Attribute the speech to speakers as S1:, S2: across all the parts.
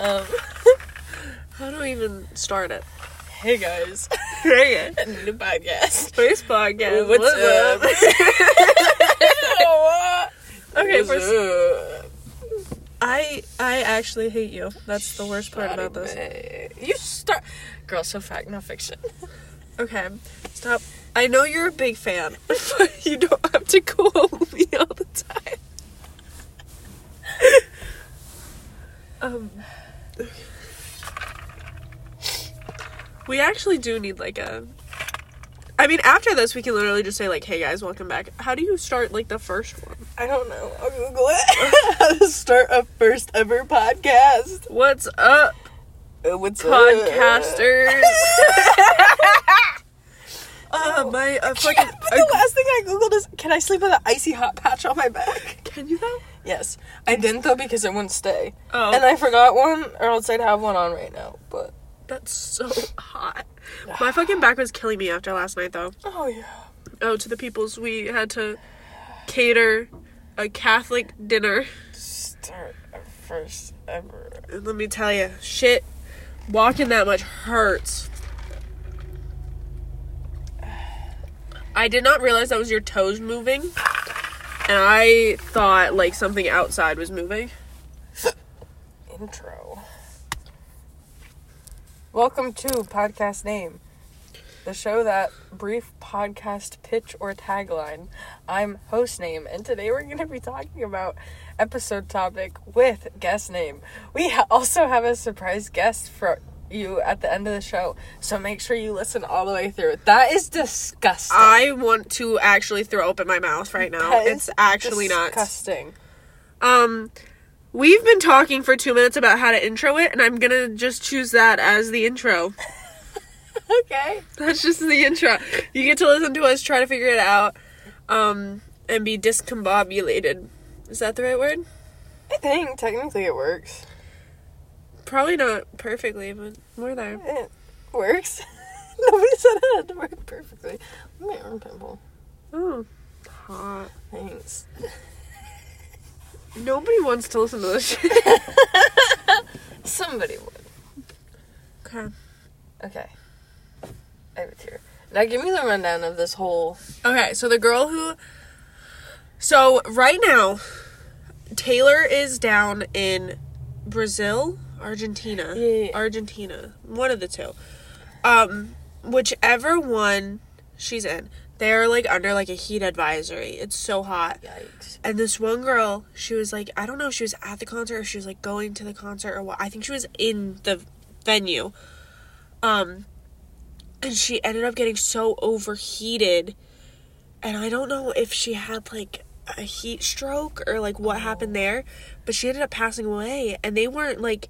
S1: Um, how do we even start it?
S2: Hey guys,
S1: Hey, guys.
S2: new podcast.
S1: Space podcast.
S2: What's up?
S1: Okay,
S2: What's
S1: first,
S2: up?
S1: I I actually hate you. That's the worst part about this.
S2: Anime. You start, girl. So fact, not fiction.
S1: Okay, stop. I know you're a big fan, but you don't have to call me all the time. um, we actually do need like a. I mean, after this, we can literally just say like, "Hey guys, welcome back." How do you start like the first one?
S2: I don't know. I'll Google it. How to start a first ever podcast?
S1: What's up,
S2: Uh, What's Up?
S1: podcasters? uh, my uh, fucking.
S2: But the last thing I googled is, can I sleep with an icy hot patch on my back?
S1: can you though?
S2: Yes, I didn't though because it wouldn't stay,
S1: Oh.
S2: and I forgot one, or else I'd have one on right now. But
S1: That's so hot. My fucking back was killing me after last night, though.
S2: oh yeah.
S1: Oh, to the peoples, we had to cater a Catholic dinner.
S2: start a first ever.
S1: And let me tell you, shit, walking that much hurts. I did not realize that was your toes moving. And I thought, like, something outside was moving.
S2: intro. Welcome to Podcast Name, the show that brief podcast pitch or tagline. I'm host name, and today we're going to be talking about episode topic with guest name. We ha- also have a surprise guest for you at the end of the show, so make sure you listen all the way through. That is disgusting.
S1: I want to actually throw open my mouth right now.
S2: That
S1: It's
S2: is
S1: actually not.
S2: disgusting.
S1: Um, we've been talking for two minutes about how to intro it, and I'm gonna just choose that as the intro.
S2: Okay.
S1: That's just the intro. You get to listen to us try to figure it out, um, and be discombobulated. Is that the right word?
S2: I think technically it works.
S1: Probably not perfectly, but we're there.
S2: It works. Nobody said it had to work perfectly. Let me arm pimple.
S1: Oh, hot.
S2: Thanks.
S1: Nobody wants to listen to this shit.
S2: Somebody would.
S1: okay.
S2: Okay. I have a tear. Now give me the rundown of this whole.
S1: Okay, so the girl who. So right now, Taylor is down in Brazil, Argentina,
S2: Yeah, yeah, yeah.
S1: Argentina, one of the two. Um, whichever one she's in, they're like under like a heat advisory. It's so hot.
S2: Yikes.
S1: And this one girl, she was like, I don't know if she was at the concert or she was like going to the concert or what. I think she was in the venue. Um and she ended up getting so overheated and I don't know if she had like a heat stroke or like what happened there, but she ended up passing away and they weren't like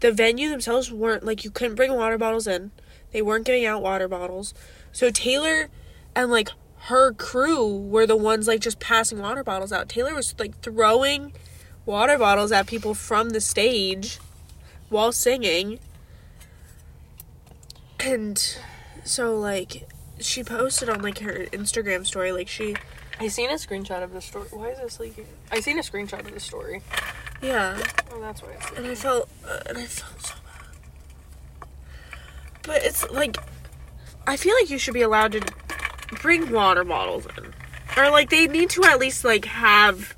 S1: the venue themselves weren't like you couldn't bring water bottles in. They weren't giving out water bottles. So Taylor and like her crew were the ones like just passing water bottles out. Taylor was like throwing water bottles at people from the stage while singing. And so like she posted on like her Instagram story like she
S2: I seen a screenshot of the story. Why is this leaking? I seen a screenshot of the story.
S1: yeah
S2: Oh, that's why it's
S1: and
S2: leaking.
S1: I felt uh, and I felt so bad. But it's like I feel like you should be allowed to bring water bottles in, or like they need to at least like have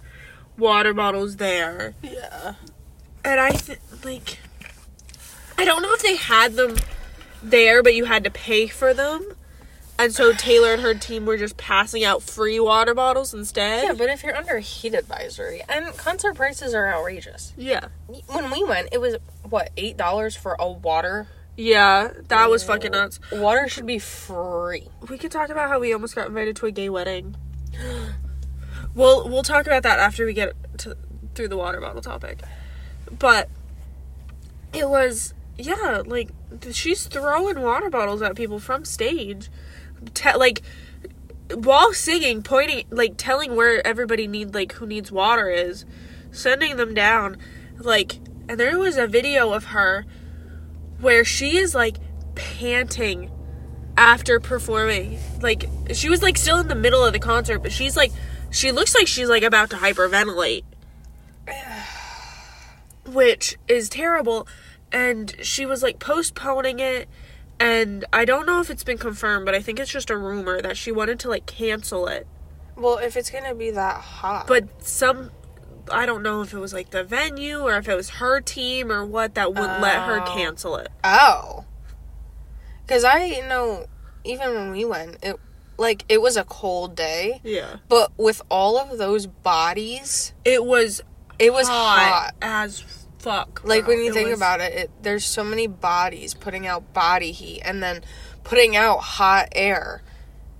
S1: water bottles there.
S2: Yeah.
S1: And I th- like I don't know if they had them there, but you had to pay for them. And so Taylor and her team were just passing out free water bottles instead.
S2: Yeah, but if you're under a heat advisory, and concert prices are outrageous.
S1: yeah.
S2: When we went, it was what eight dollars for a water.
S1: Yeah, that was fucking nuts.
S2: Water should be free.
S1: We could talk about how we almost got invited to a gay wedding. we'll we'll talk about that after we get to through the water bottle topic. But it was yeah, like th- she's throwing water bottles at people from stage, te- like while singing, pointing, like telling where everybody need like who needs water is, sending them down, like. And there was a video of her where she is like panting after performing. Like she was like still in the middle of the concert, but she's like she looks like she's like about to hyperventilate. Which is terrible. and she was like postponing it and I don't know if it's been confirmed, but I think it's just a rumor that she wanted to like cancel it.
S2: Well, if it's gonna be that hot,
S1: But some I don't know if it was like the venue or if it was her team or what that wouldn't let her
S2: Oh.
S1: cancel it.
S2: oh, because I know even when we went, it like it was a cold day,
S1: Yeah.
S2: but with all of those bodies,
S1: It was
S2: it was hot.
S1: hot, as fuck.
S2: Like
S1: bro.
S2: when you
S1: It
S2: think
S1: was-
S2: about it, it, there's so many bodies putting out body heat and then putting out hot air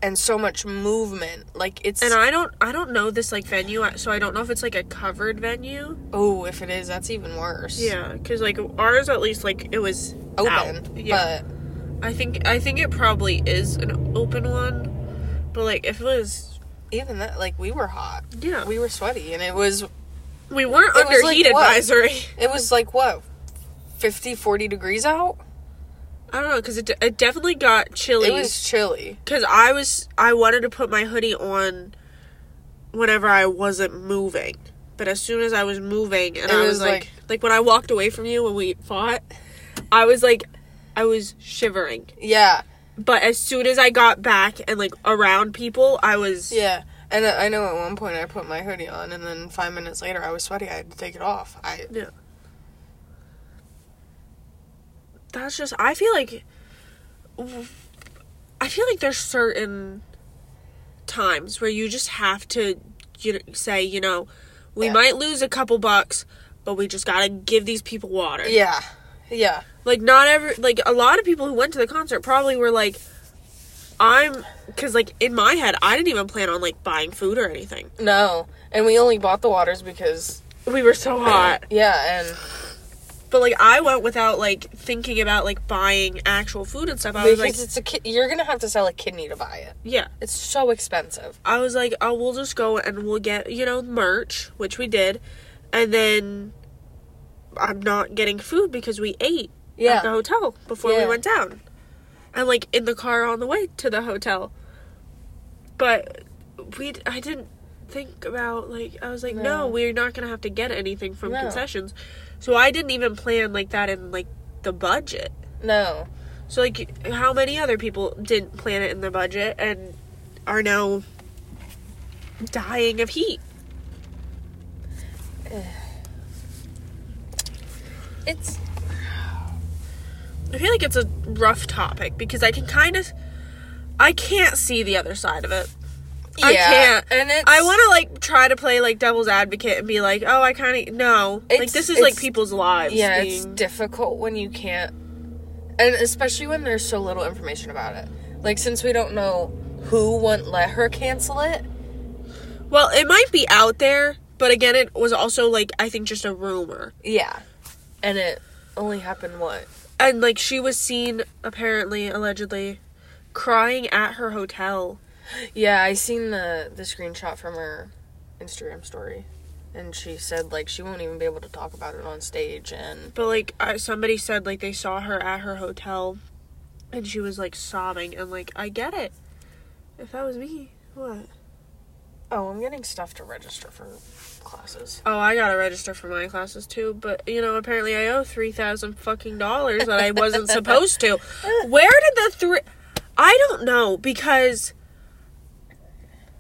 S2: and so much movement. Like it's
S1: and I don't I don't know this like venue, so I don't know if it's like a covered venue.
S2: oh, if it is, that's even worse.
S1: Yeah, because like ours at least like it was
S2: open,
S1: out. Yeah, I think I think it probably is an open one, but like if it was
S2: but even that, like we were hot,
S1: yeah we,
S2: we were sweaty, and it was
S1: we weren't
S2: It was,
S1: under
S2: like,
S1: heat
S2: what?
S1: advisory.
S2: it was like what 50, 40 degrees out.
S1: I don't know because it de- it definitely got
S2: It
S1: chilly
S2: was chilly.
S1: because I was I wanted to put my hoodie on whenever I wasn't moving. But as soon as I was moving,
S2: It
S1: and I was,
S2: was,
S1: like,
S2: like-
S1: like, when I walked away from you when we fought, I was like, I was shivering.
S2: Yeah,
S1: But as soon as I got back and like around people, I was
S2: yeah. And I I know at one point I put my hoodie on, and then five minutes later I was sweaty. I had to take it off. I
S1: Yeah. That's just I feel like I feel like there's certain times where you just have to you know, say, you know, we
S2: Yeah.
S1: might lose a couple bucks, but we just got to give these people water.
S2: yeah, yeah.
S1: Like not every like a lot of people who went to the concert probably were like I'm cuz like in my head I didn't even plan on like buying food or anything.
S2: No, and we only bought the waters because uh,
S1: We were so hot.
S2: yeah, and
S1: But like I went without like thinking about like buying actual food and stuff. I was
S2: because
S1: like,
S2: it's a ki- you're gonna have to sell a kidney to buy it.
S1: yeah.
S2: It's so expensive.
S1: I was like, oh, we'll just go and we'll get you know merch, which we did, and then I'm not getting food because we ate at the
S2: Yeah,
S1: hotel before
S2: Yeah.
S1: we went down, and like in the car on the way to the hotel. But we, d- I didn't think about like I was like, no,
S2: No.
S1: we're not gonna have to get anything from
S2: No.
S1: concessions, so I didn't even plan like that in like the budget.
S2: no,
S1: So like how many other people didn't plan it in their budget and are now dying of heat?
S2: it's
S1: I feel like it's a rough topic because I can kind of I can't see the other side of it. I can't.
S2: and it's
S1: I want to like try to play like devil's advocate and be like, "Oh, I kind of no." like
S2: It's-
S1: this is like
S2: it's-
S1: people's lives.
S2: Yeah,
S1: being,
S2: it's difficult when you can't, and especially when there's so little information about it. Like since we don't know who wouldn't let her cancel it.
S1: well, it might be out there, but again, it was also like I think just a rumor.
S2: Yeah, and it only happened what?
S1: And like she was seen apparently allegedly crying at her hotel
S2: Yeah, I seen the the screenshot from her Instagram story, and she said like she won't even be able to talk about it on stage. And
S1: But like I, somebody said, like they saw her at her hotel, and she was like sobbing, and like I get it. If that was me, what?
S2: oh, I'm getting stuff to register for classes.
S1: Oh, I gotta register for my classes too, but you know, apparently I owe three thousand fucking dollars that I wasn't supposed to. Where did the three? I don't know because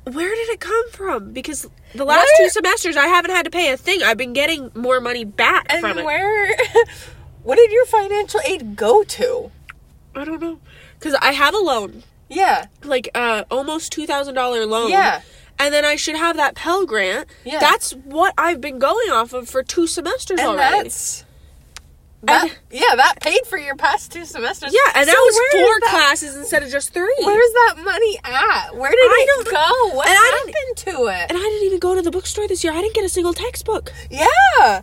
S1: where did it come from? Because the last
S2: Where-
S1: two semesters I haven't had to pay a thing. I've been getting more money back
S2: And
S1: from it.
S2: where? what did your financial aid go to?
S1: I don't know because I have a loan.
S2: Yeah,
S1: like uh almost two thousand dollar loan.
S2: Yeah.
S1: And then I should have that Pell Grant.
S2: Yeah.
S1: That's what I've been going off of for two semesters
S2: and
S1: already.
S2: that's. That, yeah, that paid for your past two semesters.
S1: yeah, and
S2: So
S1: that was
S2: where is
S1: four
S2: that-
S1: classes instead of just three.
S2: Where's that money at? Where did
S1: I
S2: it
S1: don't know.
S2: go? What
S1: And I
S2: happened to it?
S1: and I didn't even go to the bookstore this year. I didn't get a single textbook,
S2: yeah,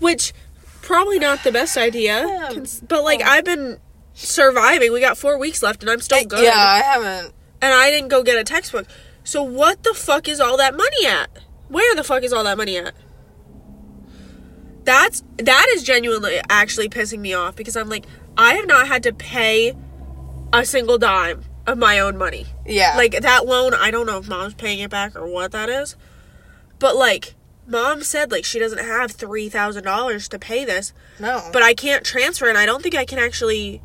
S1: which probably not the best idea.
S2: Yeah.
S1: cons- But like I've been surviving. We got four weeks left, and I'm still good.
S2: Uh, yeah, I haven't.
S1: And I didn't go get a textbook. So what the fuck is all that money at? Where the fuck is all that money at? That's that is genuinely actually pissing me off because I'm like I have not had to pay a single dime of my own money.
S2: Yeah,
S1: Like that loan, I don't know if mom's paying it back or what that is. But like mom said like she doesn't have three thousand dollars to pay this,
S2: No.
S1: but I can't transfer, and I don't think I can actually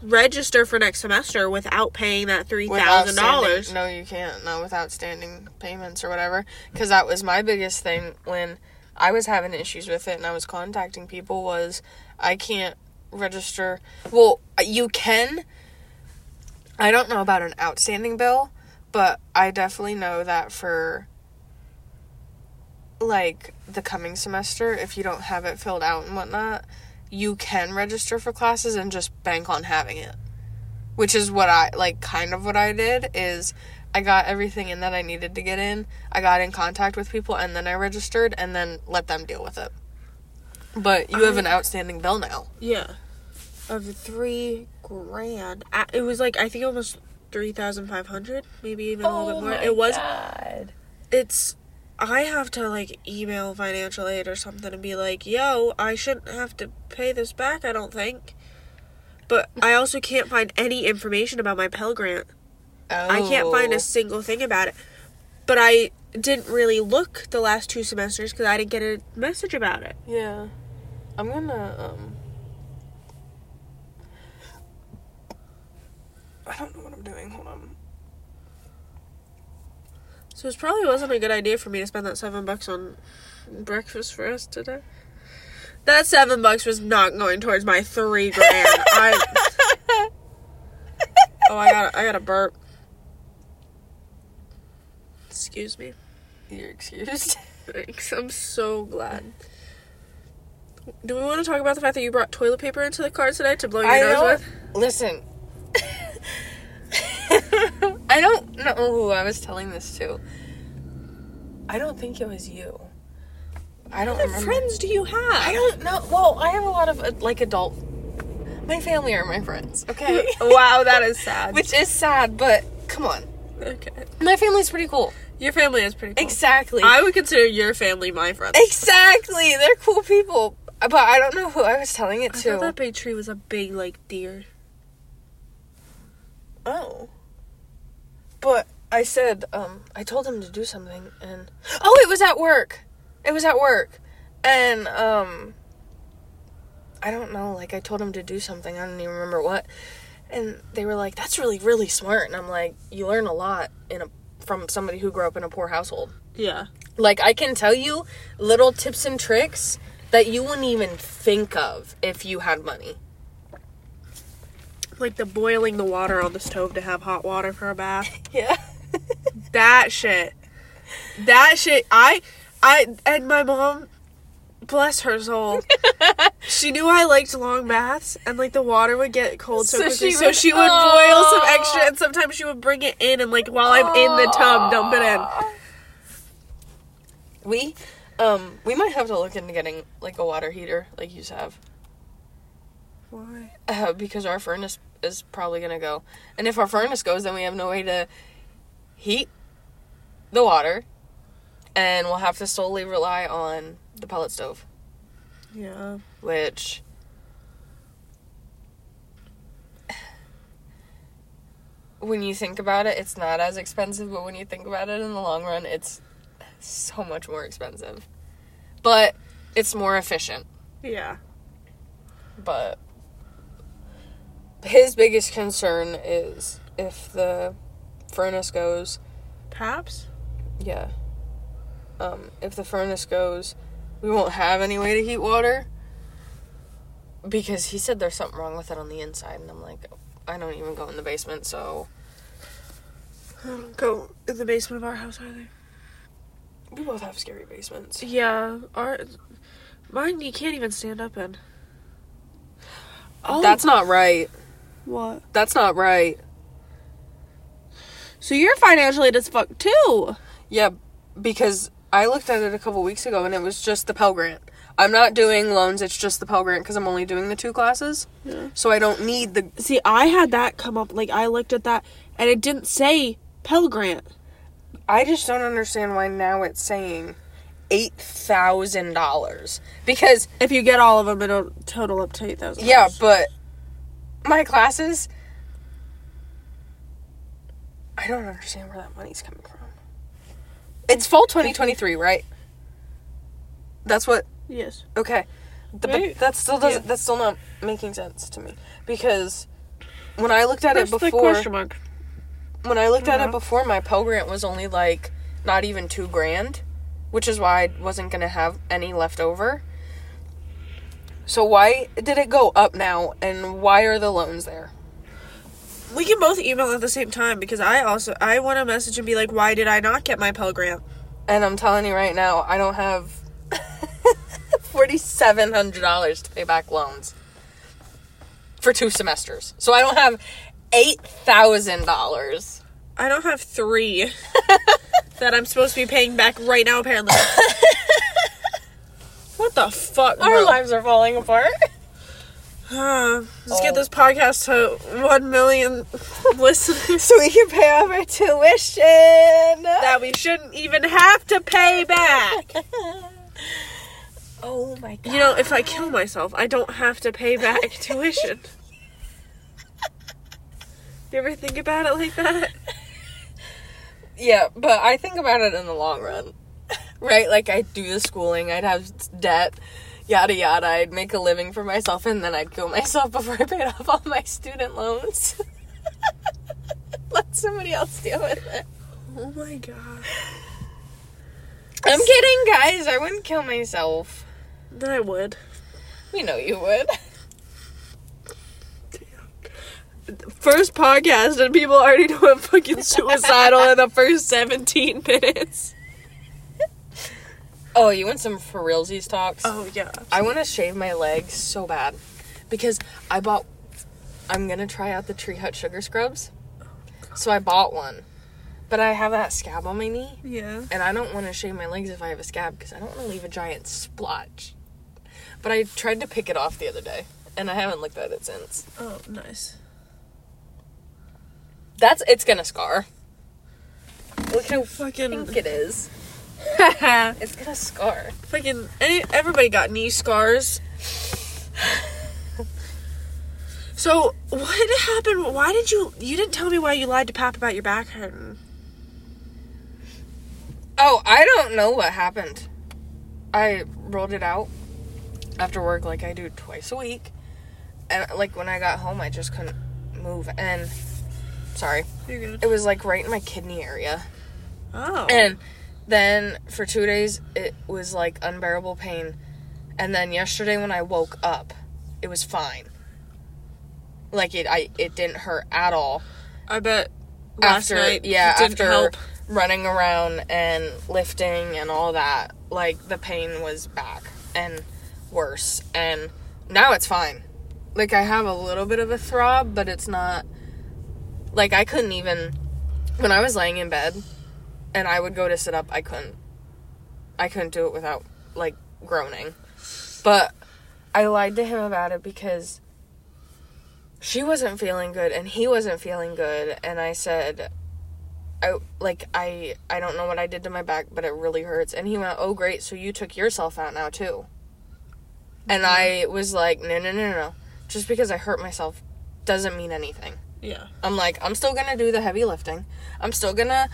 S1: register for next semester without paying that three thousand dollars.
S2: No, you can't. Not with outstanding payments or whatever. Because that was my biggest thing when I was having issues with it and I was contacting people was I can't register. Well, you can. I don't know about an outstanding bill, but I definitely know that for like the coming semester, if you don't have it filled out and whatnot, you can register for classes and just bank on having it which is what I like kind of what I did is I got everything in that I needed to get in. I got in contact with people and then I registered and then let them deal with it. But you have an outstanding bill now.
S1: Yeah, of three grand. I- It was like I think almost three thousand five hundred, maybe even a little bit more. It was.
S2: Oh God.
S1: It's. I have to like email financial aid or something and be like, "Yo, I shouldn't have to pay this back." I don't think. But I also can't find any information about my Pell Grant. I can't find
S2: Oh.
S1: a single thing about it. But I didn't really look the last two semesters because I didn't get a message about it.
S2: Yeah. I'm gonna um I don't know what I'm doing. Hold on.
S1: So it probably wasn't a good idea for me to spend that seven bucks on breakfast for us today. That seven bucks was not going towards my three grand. I oh, I got I got a burp. Excuse me.
S2: You're excused.
S1: Thanks. I'm so glad. Do we want to talk about the fact that you brought toilet paper into the car today to blow Oh, your
S2: I
S1: nose
S2: don't
S1: with?
S2: listen. I don't know who I was telling this to. I don't think it was you. I don't
S1: What
S2: remember.
S1: friends do you have?
S2: I don't know. Well, I have a lot of uh, like adult. My family are my friends. Okay.
S1: wow, that is sad.
S2: Which is sad, but come on.
S1: okay.
S2: My family's pretty cool.
S1: Your family is pretty cool.
S2: Exactly.
S1: I would consider your family my friends.
S2: exactly. They're cool people. But I don't know who I was telling it
S1: I
S2: to.
S1: thought that big tree was a big like deer.
S2: Oh. But I said, um, I told him to do something and Oh, it was at work. It was at work. And um I don't know, like I told him to do something, I don't even remember what. And they were like, That's really, really smart and I'm like, You learn a lot in a from somebody who grew up in a poor household.
S1: Yeah.
S2: Like I can tell you little tips and tricks that you wouldn't even think of if you had money.
S1: Like the boiling the water on the stove to have hot water for a bath.
S2: Yeah.
S1: that shit. That shit. I I and my mom bless her soul. she knew I liked long baths and like the water would get cold so,
S2: So
S1: quickly.
S2: she
S1: so
S2: would-
S1: she would boil some extra and sometimes she would bring it in and like while I'm in the tub dump it in.
S2: We, um, we might have to look into getting like a water heater, like you have,
S1: Why?
S2: uh, because our furnace is probably gonna go, and if our furnace goes, then we have no way to heat the water, and we'll have to solely rely on the pellet stove,
S1: Yeah.
S2: which. When you think about it, it's not as expensive, but when you think about it in the long run, it's so much more expensive. But it's more efficient.
S1: Yeah.
S2: but his biggest concern is if the furnace goes
S1: Perhaps?
S2: yeah um if the furnace goes we won't have any way to heat water because he said there's something wrong with it on the inside and i'm like i don't even go in the basement so
S1: I don't go in the basement of our house either.
S2: we both have scary basements
S1: Yeah, our mine you can't even stand up in. Oh,
S2: that's not right
S1: what?
S2: that's not right
S1: So you're financial aid as fuck too.
S2: yeah because i looked at it a couple weeks ago and it was just the pell grant i'm not doing loans it's just the pell grant because i'm only doing the two classes
S1: Yeah.
S2: so I don't need the.
S1: See, I had that come up. Like I looked at that, and it didn't say Pell Grant.
S2: I just don't understand why now it's saying eight thousand dollars because
S1: If you get all of them, it'll total up to eight thousand.
S2: yeah, but my classes. I don't understand where that money's coming from. It's fall twenty twenty three, right? That's what.
S1: Yes.
S2: Okay. The,
S1: Right?
S2: But that still doesn't.
S1: Yeah.
S2: That's still not making sense to me because when I looked at
S1: That's
S2: it
S1: the
S2: before,
S1: question mark.
S2: when I looked at
S1: Uh-huh.
S2: it before, my Pell Grant was only like not even two grand, which is why I wasn't gonna have any left over. So why did it go up now, and why are the loans there?
S1: We can both email at the same time because I also I want to message and be like, why did I not get my Pell Grant?
S2: And I'm telling you right now, I don't have forty seven hundred dollars to pay back loans for two semesters. So I don't have eight thousand dollars.
S1: I don't have three that I'm supposed to be paying back right now. Apparently. what the fuck?
S2: Our
S1: bro?
S2: lives are falling apart.
S1: Huh. Let's get
S2: Oh.
S1: this podcast to one million listeners
S2: So we can pay off our tuition.
S1: that we shouldn't even have to pay back.
S2: oh my god.
S1: You know, if I kill myself, I don't have to pay back tuition. You ever think about it like that?
S2: Yeah, but I think about it in the long run. Right? Like I'd do the schooling, I'd have debt, yada yada, I'd make a living for myself and then I'd kill myself before I paid off all my student loans. Let somebody else deal with it.
S1: Oh my god.
S2: I'm kidding, guys. I wouldn't kill myself.
S1: Then I would.
S2: We know you would.
S1: First podcast, and people already know I'm fucking suicidal in the first 17 minutes.
S2: Oh, you want some for realsies talks?
S1: Oh, yeah.
S2: I want to shave my legs so bad because I bought. I'm gonna try out the Tree Hut sugar scrubs, so I bought one, but I have that scab on my knee,
S1: Yeah.
S2: and I don't want to shave my legs if I have a scab because I don't want to leave a giant splotch. But I tried to pick it off the other day, and I haven't looked at it since.
S1: Oh, nice.
S2: That's it's gonna scar. Look how
S1: Fucking.
S2: pink it is. It's gonna scar.
S1: fucking. Any, everybody got knee scars. So, what happened? Why did you. You didn't tell me why you lied to Pap about your back hurting.
S2: Oh, I don't know what happened. I rolled it out after work like I do twice a week. And like when I got home, I just couldn't move. And sorry,
S1: You're good.
S2: it was like right in my kidney area.
S1: Oh.
S2: And then for two days, it was like unbearable pain. And then yesterday, when I woke up, it was fine. Like it, I it didn't hurt at all
S1: I bet last
S2: after,
S1: night.
S2: yeah,
S1: didn't
S2: after
S1: help.
S2: running around and lifting and all that, like the pain was back and worse. And now it's fine. Like I have a little bit of a throb, but it's not like I couldn't even when I was laying in bed and I would go to sit up, I couldn't I couldn't do it without like groaning. But I lied to him about it because she wasn't feeling good and he wasn't feeling good and I said I like I I don't know what I did to my back but it really hurts and he went, "Oh great, so you took yourself out now too." And I was like, "No, no, no, no, no. Just because I hurt myself doesn't mean anything."
S1: Yeah.
S2: I'm like, I'm still gonna do the heavy lifting. I'm still gonna.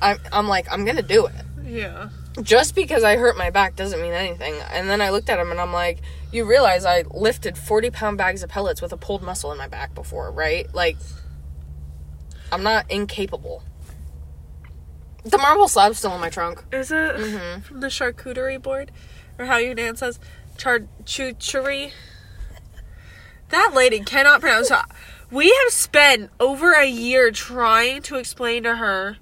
S2: I'm, I'm like, I'm gonna do it.
S1: Yeah.
S2: Just because I hurt my back doesn't mean anything. And then I looked at him and I'm like, you realize I lifted 40 pound bags of pellets with a pulled muscle in my back before, right? Like, I'm not incapable. The marble slab's still in my trunk.
S1: Is it from the charcuterie board? Or how your nan says charcuterie? That lady cannot pronounce it. We have spent over a year trying to explain to her.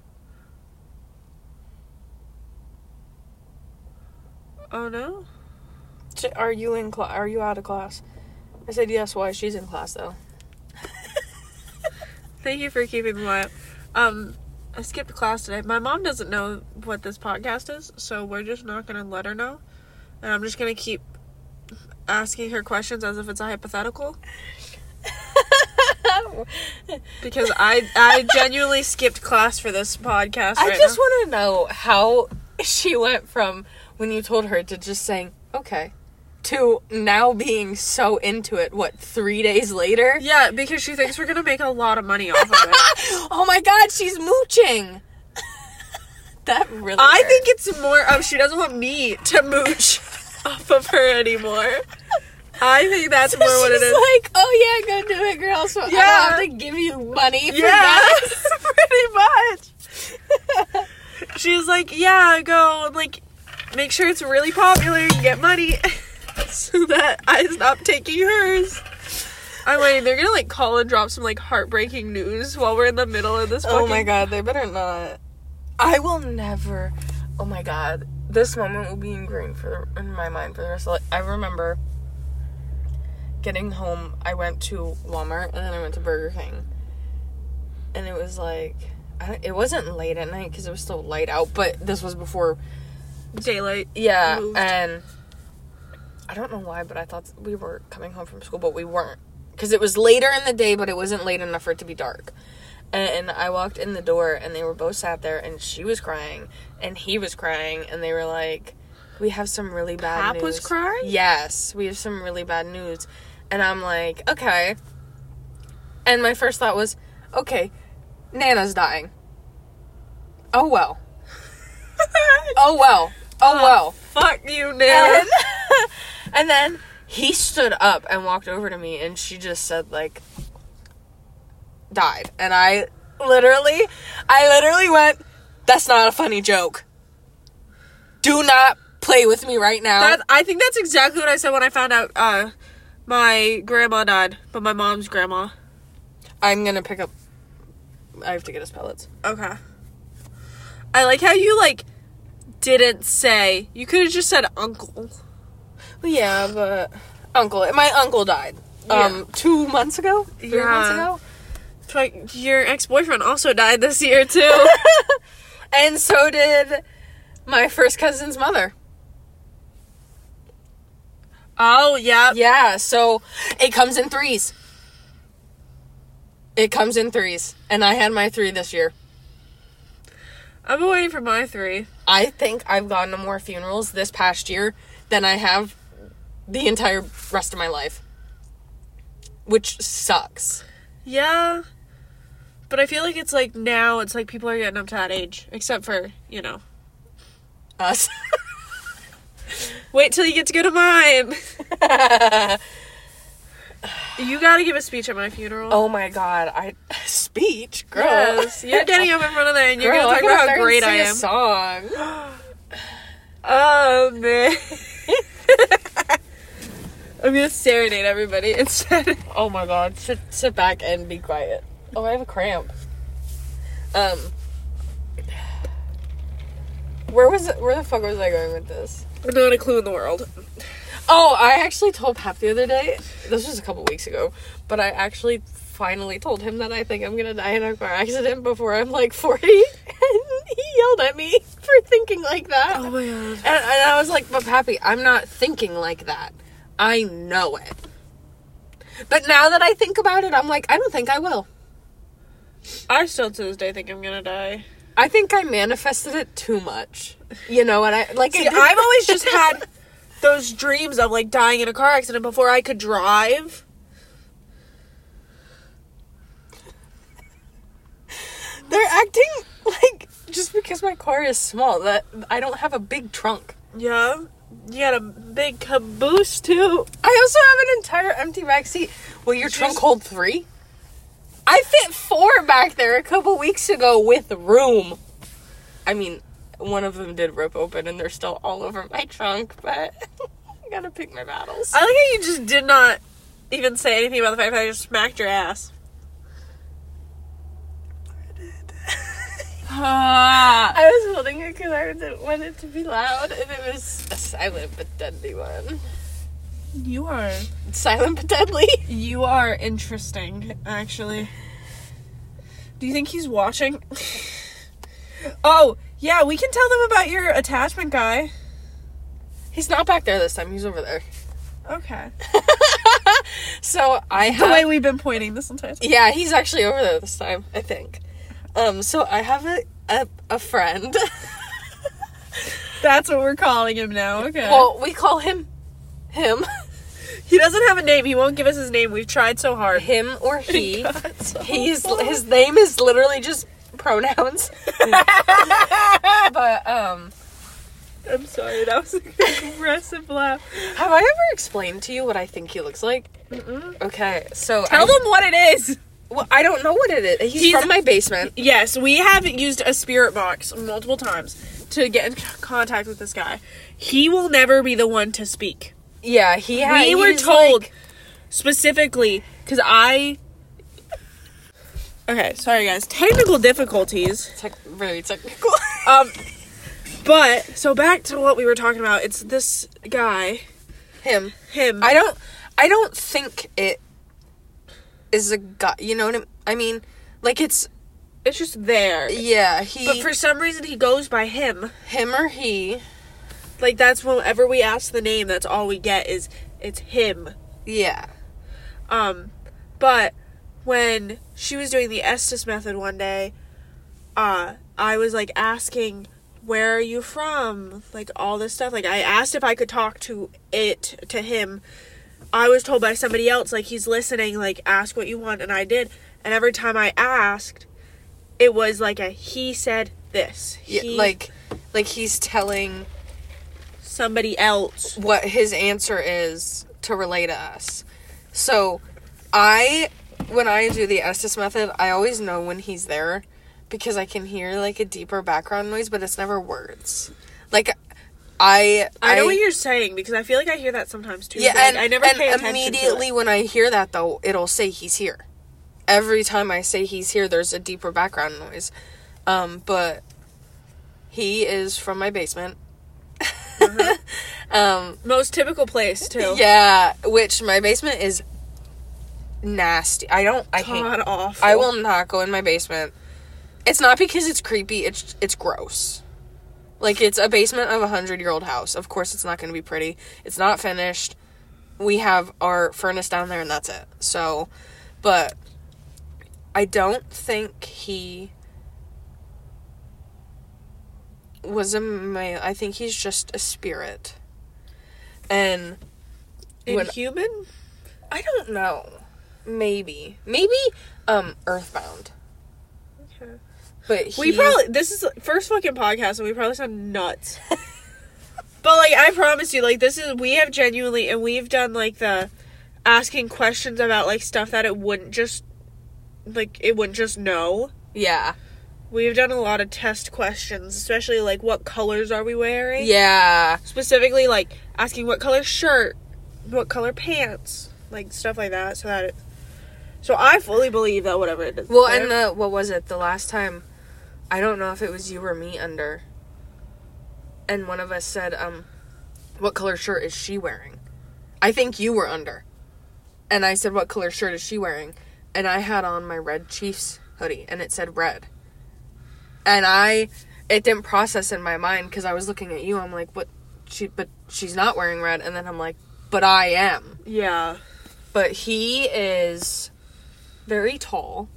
S1: Oh no?
S2: Are you in class? Are you out of class? I said yes. Why? She's in class though.
S1: Thank you for keeping me up. Um, I skipped class today. My mom doesn't know what this podcast is, so we're just not gonna let her know. And I'm just gonna keep asking her questions as if it's a hypothetical. because I I genuinely skipped class for this podcast.
S2: I
S1: right
S2: just
S1: now.
S2: want to know how she went from when you told her to just saying okay to now being so into it. What three days later?
S1: yeah, because she thinks we're gonna make a lot of money off of it.
S2: Oh my God, she's mooching. that really.
S1: I
S2: hurt.
S1: think it's more of she doesn't want me to mooch. off of her anymore. I think that's more what it
S2: She's
S1: is.
S2: like, oh yeah, go do it, girl. So I don't
S1: Yeah.
S2: have to give you money for that.
S1: yes, pretty much. She's like, yeah, go and like make sure it's really popular and get money so that I stop taking hers. I'm waiting. They're gonna like call and drop some like heartbreaking news while we're in the middle of this.
S2: Oh
S1: Fucking-
S2: my god, they better not. I will never. Oh my god, this moment will be ingrained for in my mind for the rest of life. I remember getting home. I went to Walmart and then I went to Burger King, and it was like I don't, it wasn't late at night because it was still light out. But this was before
S1: daylight.
S2: yeah,
S1: moved.
S2: and I don't know why, but I thought we were coming home from school, but we weren't because it was later in the day, but it wasn't late enough for it to be dark. And I walked in the door, and they were both sat there, and she was crying, and he was crying, and they were like, "We have some really bad
S1: Pap
S2: news."
S1: was crying?
S2: Yes, we have some really bad news, and I'm like, okay. And my first thought was, okay, Nana's dying. Oh well. Oh well. Oh well.
S1: Fuck you,
S2: And,
S1: Nan.
S2: and then he stood up and walked over to me, and she just said, like, died. And I literally, I literally went, that's not a funny joke. Do not play with me right now.
S1: That, I think that's exactly what I said when I found out uh, my grandma died, but my mom's grandma.
S2: I'm gonna pick up. I have to get us pellets.
S1: Okay. I like how you like didn't say. You could have just said uncle.
S2: Well, yeah, but uncle, my uncle died.
S1: Yeah.
S2: Um, two months ago, three months
S1: Yeah.
S2: ago.
S1: But your ex-boyfriend also died this year too.
S2: And so did my first cousin's mother.
S1: oh yeah.
S2: Yeah, so it comes in threes. It comes in threes. And I had my three this year.
S1: I've been waiting for my three.
S2: I think I've gone to more funerals this past year than I have the entire rest of my life. Which sucks.
S1: Yeah. But I feel like it's like now it's like people are getting up to that age, except for you know.
S2: Us.
S1: Wait till you get to go to mine. you gotta give a speech at my funeral.
S2: oh my god, I speech, girl.
S1: Yes, you're getting up in front of there and you're
S2: Girl,
S1: gonna
S2: I'm
S1: talk about how
S2: start and
S1: great I
S2: sing a
S1: am.
S2: song.
S1: Oh man. I'm gonna serenade everybody instead.
S2: Oh my god, sit sit back and be quiet. Oh, I have a cramp. Um Where was where the fuck was I going with this?
S1: Not a clue in the world.
S2: Oh, I actually told Pap the other day. This was a couple weeks ago, but I actually finally told him that I think I'm gonna die in a car accident before I'm like 40, and he yelled at me for thinking like that.
S1: Oh my god.
S2: And, and I was like, but Pappy, I'm not thinking like that. I know it. But now that I think about it, I'm like, I don't think I will.
S1: I still to this day think I'm gonna die.
S2: I think I manifested it too much. You know, and I like. it
S1: See,
S2: didn't-
S1: I've always just had those dreams of like dying in a car accident before I could drive.
S2: They're acting like just because my car is small that I don't have a big trunk.
S1: Yeah. You got a big caboose too.
S2: I also have an entire empty back seat. Will your trunk
S1: Just-
S2: hold three? I fit four back there a couple weeks ago with room. I mean, one of them did rip open and they're still all over my trunk, but I gotta pick my battles.
S1: I like how you just did not even say anything about the fact that I just smacked your ass. Ah.
S2: I was holding it because I didn't want it to be loud, and it was a silent but deadly one.
S1: you are
S2: Silent but deadly.
S1: You are interesting, actually. Do you think he's watching? oh, yeah, we can tell them about your attachment guy.
S2: He's not back there this time. He's over there.
S1: Okay.
S2: So I
S1: The
S2: have.
S1: way we've been pointing this entire time.
S2: Yeah, he's actually over there this time, I think. Um, so I have a a, a friend.
S1: That's what we're calling him now. Okay.
S2: well, we call him him,
S1: he doesn't have a name. He won't give us his name. We've tried so hard.
S2: him or he.
S1: That's so
S2: He's
S1: funny.
S2: his name is literally just pronouns. but um
S1: I'm sorry, that was an aggressive laugh.
S2: Have I ever explained to you what I think he looks like? Okay, so
S1: Tell
S2: I,
S1: them what it is.
S2: Well, I don't know what it is. He's,
S1: He's-
S2: from my basement.
S1: Yes, we have used a spirit box multiple times to get in c- contact with this guy. He will never be the one to speak.
S2: Yeah, he. ha-
S1: we were
S2: he's
S1: told
S2: like-
S1: specifically because I. Okay, sorry guys. Technical difficulties.
S2: It's like really technical.
S1: Um, but so back to what we were talking about. It's this guy,
S2: Him.
S1: him.
S2: I don't. I don't think it is a guy. You know what I mean? I mean, like it's
S1: it's just there.
S2: yeah. He
S1: But for some reason, he goes by him.
S2: him or he.
S1: Like that's whenever we ask the name, that's all we get is it's him.
S2: Yeah.
S1: Um, but when she was doing the Estes method one day, uh, I was like asking, "Where are you from?" Like all this stuff. Like I asked if I could talk to it to him. I was told by somebody else, like he's listening. Like ask what you want, and I did. And every time I asked, it was like a he said this.
S2: yeah
S1: He-
S2: like, like he's telling
S1: somebody else.
S2: what his answer is to relay to us. So, I when I do the Estes method, I always know when he's there because I can hear like a deeper background noise, but it's never words. Like I
S1: I know what you're saying because I feel like I hear that sometimes too.
S2: yeah,
S1: but, like,
S2: and
S1: I never
S2: and
S1: pay attention to it.
S2: immediately when I hear that though, it'll say he's here. Every time I say he's here, there's a deeper background noise. Um, but he is from my basement. um,
S1: most typical place too.
S2: yeah, which my basement is nasty. I don't. I hate.
S1: God awful.
S2: I will not go in my basement. It's not because it's creepy. It's it's gross. Like it's a basement of a hundred year old house. Of course, it's not going to be pretty. It's not finished. We have our furnace down there, and that's it. So, but I don't think he was a male. I think he's just a spirit, and when-
S1: Inhuman?
S2: I don't know. Maybe. Maybe um Earthbound.
S1: Okay.
S2: But he,
S1: We probably this is the first fucking podcast and we probably sound nuts. but like I promise you, like this is we have genuinely and we've done like the asking questions about like stuff that it wouldn't just like it wouldn't just know.
S2: Yeah.
S1: We've done a lot of test questions, especially like what colors are we wearing?
S2: Yeah.
S1: Specifically like asking what color shirt, what color pants, like stuff like that, so that it so I fully believe that whatever it is.
S2: Well, and uh, the what was it? The last time I don't know if it was you or me under and one of us said um what color shirt is she wearing? I think you were under. And I said what color shirt is she wearing? And I had on my red Chiefs hoodie and it said red. And I it didn't process in my mind cuz I was looking at you. I'm like, "What she but she's not wearing red." And then I'm like, "But I am."
S1: Yeah.
S2: But he is very tall.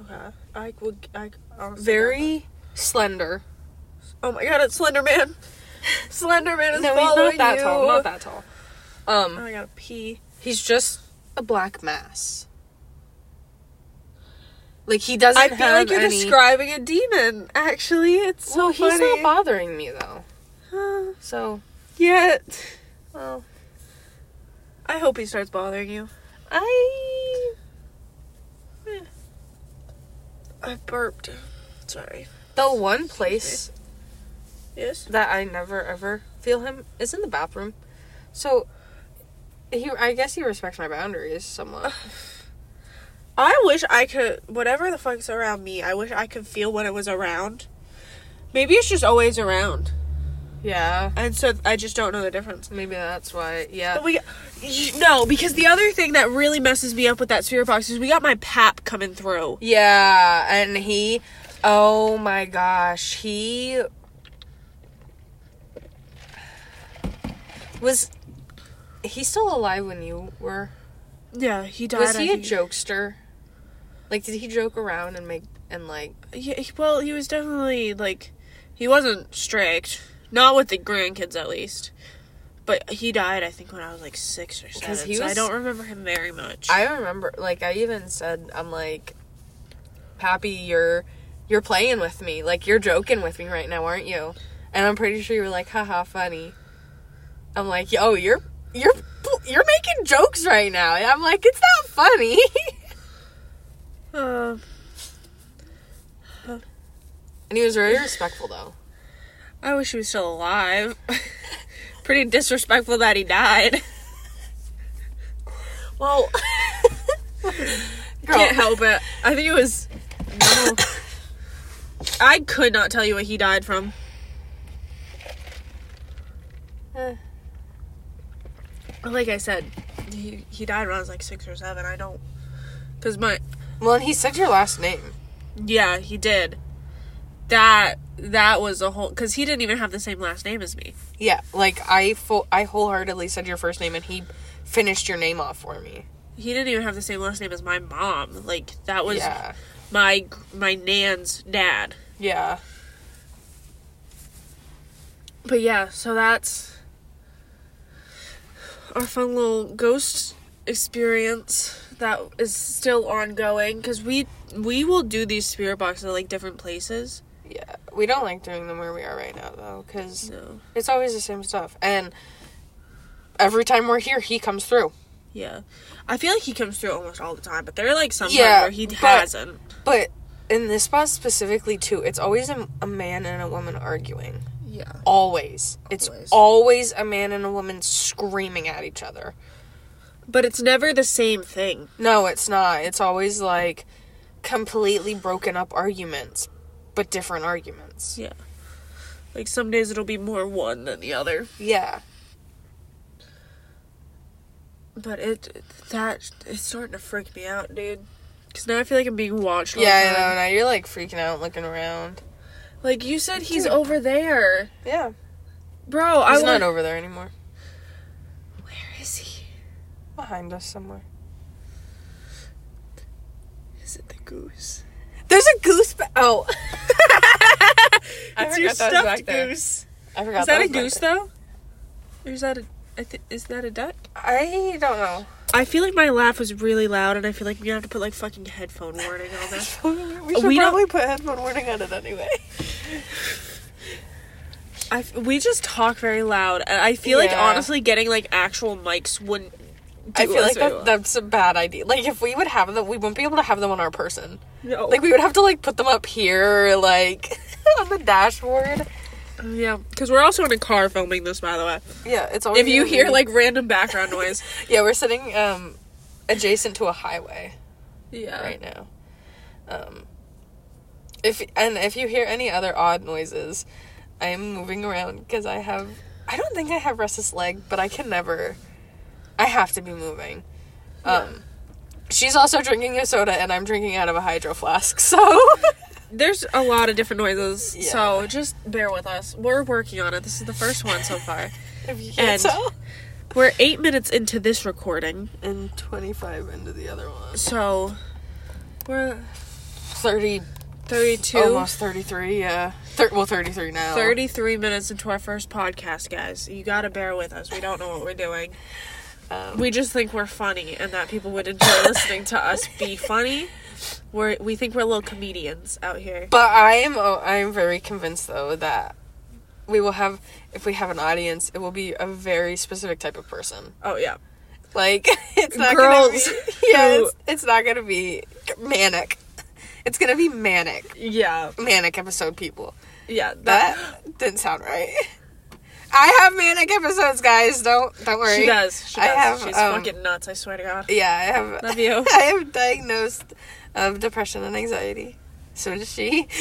S1: Okay. I would. I honestly don't
S2: very slender.
S1: know. Oh my god! It's Slender Man. Slender Man is
S2: No, he's
S1: following
S2: not that
S1: you.
S2: tall. Not that tall.
S1: Oh,
S2: Um,
S1: I gotta pee.
S2: he's just a black mass. Like he doesn't.
S1: I feel
S2: have
S1: like you're
S2: any...
S1: describing a demon. Actually, it's so
S2: Well, he's not
S1: funny.
S2: bothering me though.
S1: Uh,
S2: So,
S1: yet,
S2: well,
S1: I hope he starts bothering you.
S2: I.
S1: I burped. Sorry.
S2: The one place
S1: Yes.
S2: that I never ever feel him is in the bathroom. So, he. I guess he respects my boundaries somewhat.
S1: I wish I could. Whatever the fuck's around me, I wish I could feel when it was around. Maybe it's just always around,
S2: yeah.
S1: and so I just don't know the difference.
S2: Maybe that's why. Yeah.
S1: But we y- no, because the other thing that really messes me up with that sphere box is we got my pap coming through.
S2: Yeah, and he, oh my gosh, he was he still alive when you were?
S1: Yeah, he died.
S2: Was
S1: I
S2: he a
S1: think.
S2: jokester? Like, did he joke around and make and like?
S1: Yeah, he- well, he was definitely like, he wasn't strict, not with the grandkids at least. But he died, I think, when I was like six or seven.
S2: 'Cause he
S1: so I
S2: was-
S1: don't remember him very much.
S2: I remember, like, I even said, I'm like, Pappy, you're you're playing with me, like you're joking with me right now, aren't you? and I'm pretty sure you were like, haha, funny. I'm like, yo, you're you're you're making jokes right now. And I'm like, it's not funny.
S1: Um,
S2: and he was very respectful though.
S1: I wish he was still alive. Pretty disrespectful that he died.
S2: Well, girl,
S1: Can't help it. I think it was. no. I could not tell you what he died from.
S2: Eh.
S1: Like I said, he he died when I was like six or seven. I don't, cause my
S2: Well, and he said your last name.
S1: yeah he did. That that was a whole cause he didn't even have the same last name as me.
S2: Yeah, like I full I wholeheartedly said your first name, and he finished your name off for me.
S1: He didn't even have the same last name as my mom. Like that was
S2: yeah,
S1: my my nan's dad.
S2: yeah.
S1: But yeah, so that's our fun little ghost experience that is still ongoing because we we will do these spirit boxes at like different places.
S2: Yeah, we don't like doing them where we are right now though, because
S1: So
S2: it's always the same stuff. And every time we're here, he comes through.
S1: yeah, I feel like he comes through almost all the time, but there are like some times
S2: Yeah,
S1: where he
S2: but-
S1: hasn't.
S2: But in this spot specifically too, it's always a, a man and a woman arguing.
S1: Yeah,
S2: Always, it's
S1: Always.
S2: always a man and a woman screaming at each other.
S1: but it's never the same thing.
S2: No, it's not. It's always like completely broken up arguments, but different arguments.
S1: Yeah, like some days it'll be more one than the other.
S2: Yeah.
S1: But it that it's starting to freak me out, dude. Cause now I feel like I'm being watched. All
S2: Yeah,
S1: the
S2: I
S1: time.
S2: know. Now you're like freaking out looking around.
S1: Like you said, he's
S2: Dude.
S1: over there,
S2: Yeah. He's
S1: bro. I
S2: not
S1: want.
S2: over there anymore.
S1: Where is he?
S2: Behind us somewhere.
S1: Is it the goose?
S2: There's a goose. Ba- oh. I
S1: it's
S2: forgot
S1: your
S2: that was
S1: stuffed
S2: back there.
S1: goose.
S2: I forgot.
S1: is that, a
S2: was back
S1: goose
S2: there.
S1: though? Or is that a? I th- is that a duck?
S2: I don't know.
S1: I feel like my laugh was really loud, and I feel like we have to put like fucking headphone warning on this.
S2: we should
S1: We don't-
S2: probably put headphone warning on it anyway.
S1: I f- we just talk very loud, and I feel like
S2: Yeah.
S1: honestly getting like actual mics wouldn't.
S2: I
S1: do
S2: feel
S1: us
S2: like
S1: very well.
S2: that, that's a bad idea. Like if we would have them, we wouldn't be able to have them on our person.
S1: No.
S2: Like we would have to like put them up here, like on the dashboard.
S1: yeah, because we're also in a car filming this, by the way.
S2: Yeah, it's always
S1: If you
S2: gonna be-
S1: hear like random background noise,
S2: yeah, we're sitting um adjacent to a highway.
S1: yeah,
S2: right now. Um, if and if you hear any other odd noises, I am moving around because I have. I don't think I have restless leg, but I can never. I have to be moving. Um, she's also drinking a soda, and I'm drinking out of a hydro flask. So
S1: There's a lot of different noises,
S2: Yeah.
S1: so just bear with us. We're working on it. This is the first one so far.
S2: if you can't
S1: And-
S2: tell,
S1: We're eight minutes into this recording,
S2: and 25 into the other one.
S1: so we're
S2: 30,
S1: 32,
S2: almost 33. Yeah, Thir- well, 33 now.
S1: 33 minutes into our first podcast, guys. You gotta bear with us. We don't know what we're doing.
S2: Um,
S1: We just think we're funny and that people would enjoy listening to us be funny. We're, we think we're little comedians out here.
S2: But I am oh, I am very convinced though that we will have if we have an audience, it will be a very specific type of person.
S1: Oh, yeah.
S2: Like it's not
S1: Girls
S2: gonna be yeah,
S1: who-
S2: it's, it's not gonna be manic. It's gonna be manic,
S1: Yeah.
S2: manic episode people.
S1: Yeah. That,
S2: That didn't sound right. I have manic episodes, guys. Don't don't worry.
S1: she does. She
S2: I
S1: does.
S2: have,
S1: She's
S2: um,
S1: fucking nuts, I swear to God.
S2: Yeah, I have.
S1: Love you.
S2: I have diagnosed of depression and anxiety. So does she.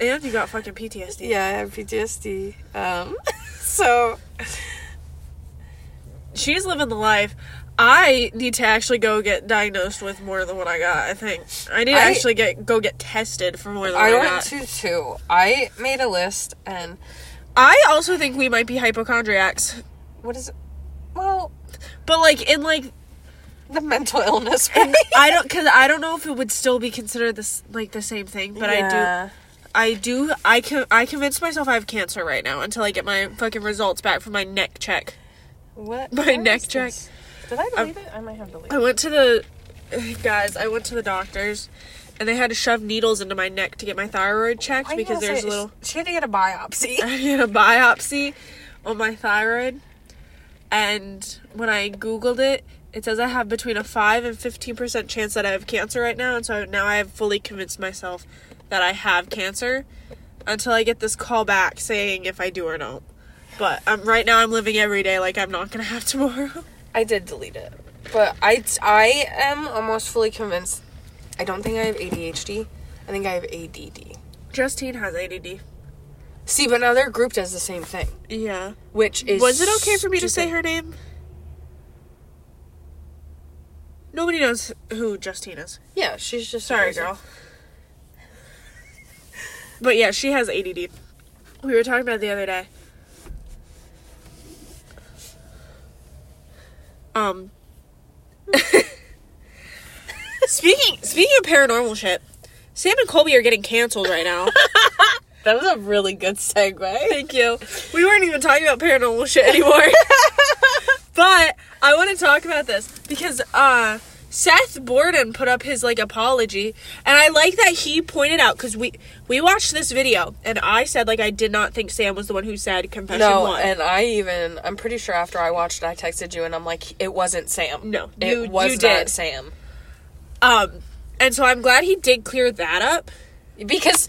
S1: And you got fucking PTSD.
S2: Yeah, I have PTSD. Um, so
S1: she's living the life. I need to actually go get diagnosed with more than what I got. I think I need to
S2: I-
S1: actually get go get tested for more than what
S2: I
S1: I,
S2: went
S1: got.
S2: to two. I made a list, and
S1: I also think we might be hypochondriacs,
S2: what is it? Well,
S1: but like in like
S2: the mental illness. Right?
S1: I don't because I don't know if it would still be considered this like the same thing. But I do, I do, I can I convince myself I have cancer right now until I get my fucking results back from my neck check.
S2: do. What?
S1: My
S2: where
S1: neck
S2: is
S1: check.
S2: this? Did I delete it? I might have deleted.
S1: I
S2: it.
S1: went to the guys. I went to the doctors, and they had to shove needles into my neck to get my thyroid checked
S2: Why you
S1: because
S2: gotta
S1: there's
S2: say-
S1: little
S2: She had to get a biopsy.
S1: I had a biopsy on my thyroid, and when I googled it, it says I have between a five and fifteen percent chance that I have cancer right now, and so now I have fully convinced myself that I have cancer until I get this call back saying if I do or not. But um, right now I'm living every day like I'm not gonna have tomorrow.
S2: I did delete it, but I I am almost fully convinced. I don't think I have ADHD. I think I have ADD.
S1: Justine has ADD.
S2: See, but now their group does the same thing,
S1: Yeah.
S2: which is
S1: Was it okay for me to say
S2: stupid.
S1: her name? Nobody knows who Justine is.
S2: Yeah, she's just a
S1: Sorry,
S2: person.
S1: girl. But yeah, she has ADD. We were talking about it the other day. Um. speaking speaking of paranormal shit, Sam and Colby are getting canceled right now.
S2: That was a really good segue.
S1: Thank you. We weren't even talking about paranormal shit anymore. but I want to talk about this because uh Seth Borden put up his like apology and I like that he pointed out cuz we we watched this video and I said like I did not think Sam was the one who said confession
S2: No,
S1: 1.
S2: and I even I'm pretty sure after I watched it, I texted you and I'm like, it wasn't Sam.
S1: No,
S2: it
S1: you-
S2: was
S1: you
S2: not
S1: did.
S2: Sam.
S1: um and so I'm glad he did clear that up.
S2: Because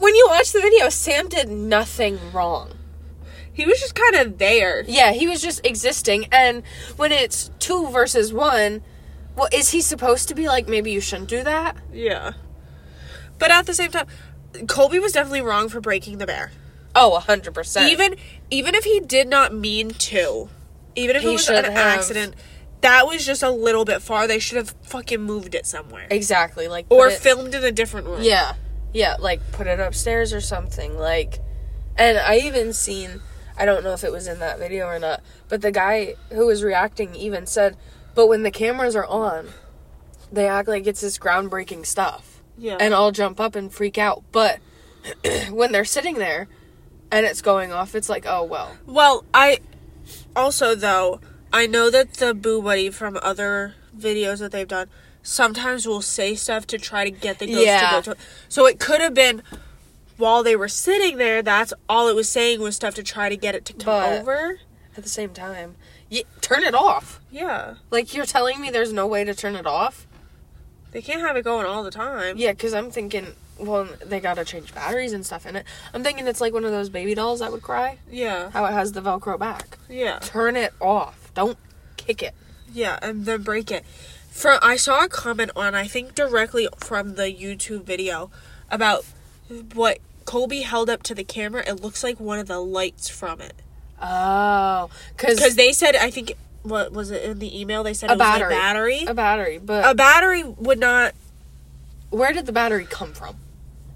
S2: when you watch the video, Sam did nothing wrong.
S1: He was just kind of there.
S2: Yeah, he was just existing. And when it's two versus one, well, is he supposed to be like, maybe you shouldn't do that?
S1: Yeah. But at the same time, Colby was definitely wrong for breaking the bear.
S2: Oh, 100%.
S1: even even if he did not mean to, even if
S2: He
S1: it was
S2: should
S1: an
S2: have.
S1: accident, that was just a little bit far. They should have fucking moved it somewhere
S2: Exactly. Like,
S1: or
S2: put it-
S1: filmed in a different room.
S2: Yeah. Yeah, like put it upstairs or something. Like and I even seen I don't know if it was in that video or not, but the guy who was reacting even said, "But when the cameras are on, they act like it's this groundbreaking stuff."
S1: Yeah.
S2: And I'll jump up and freak out, but when they're sitting there and it's going off, it's like, "Oh, well."
S1: Well, I also though I know that the boo buddy from other videos that they've done sometimes will say stuff to try to get the ghost
S2: Yeah.
S1: to go to. So it could have been while they were sitting there. That's all it was saying was stuff to try to get it to come
S2: But-
S1: over.
S2: At the same time, y turn it off.
S1: Yeah,
S2: Like you're telling me there's no way to turn it off?
S1: they can't have it going all the time.
S2: Yeah, because I'm thinking, well, they gotta change batteries and stuff in it. I'm thinking it's like one of those baby dolls that would cry,
S1: Yeah,
S2: how it has the Velcro back.
S1: yeah.
S2: Turn it off. Don't kick it.
S1: Yeah, and then break it. From I saw a comment on I think directly from the YouTube video about what Colby held up to the camera. It looks like one of the lights from it
S2: Oh,
S1: because
S2: because
S1: they said I think what was it in the email they said
S2: A
S1: it was like
S2: battery.
S1: battery.
S2: a battery. But
S1: A battery would not.
S2: where did the battery come from?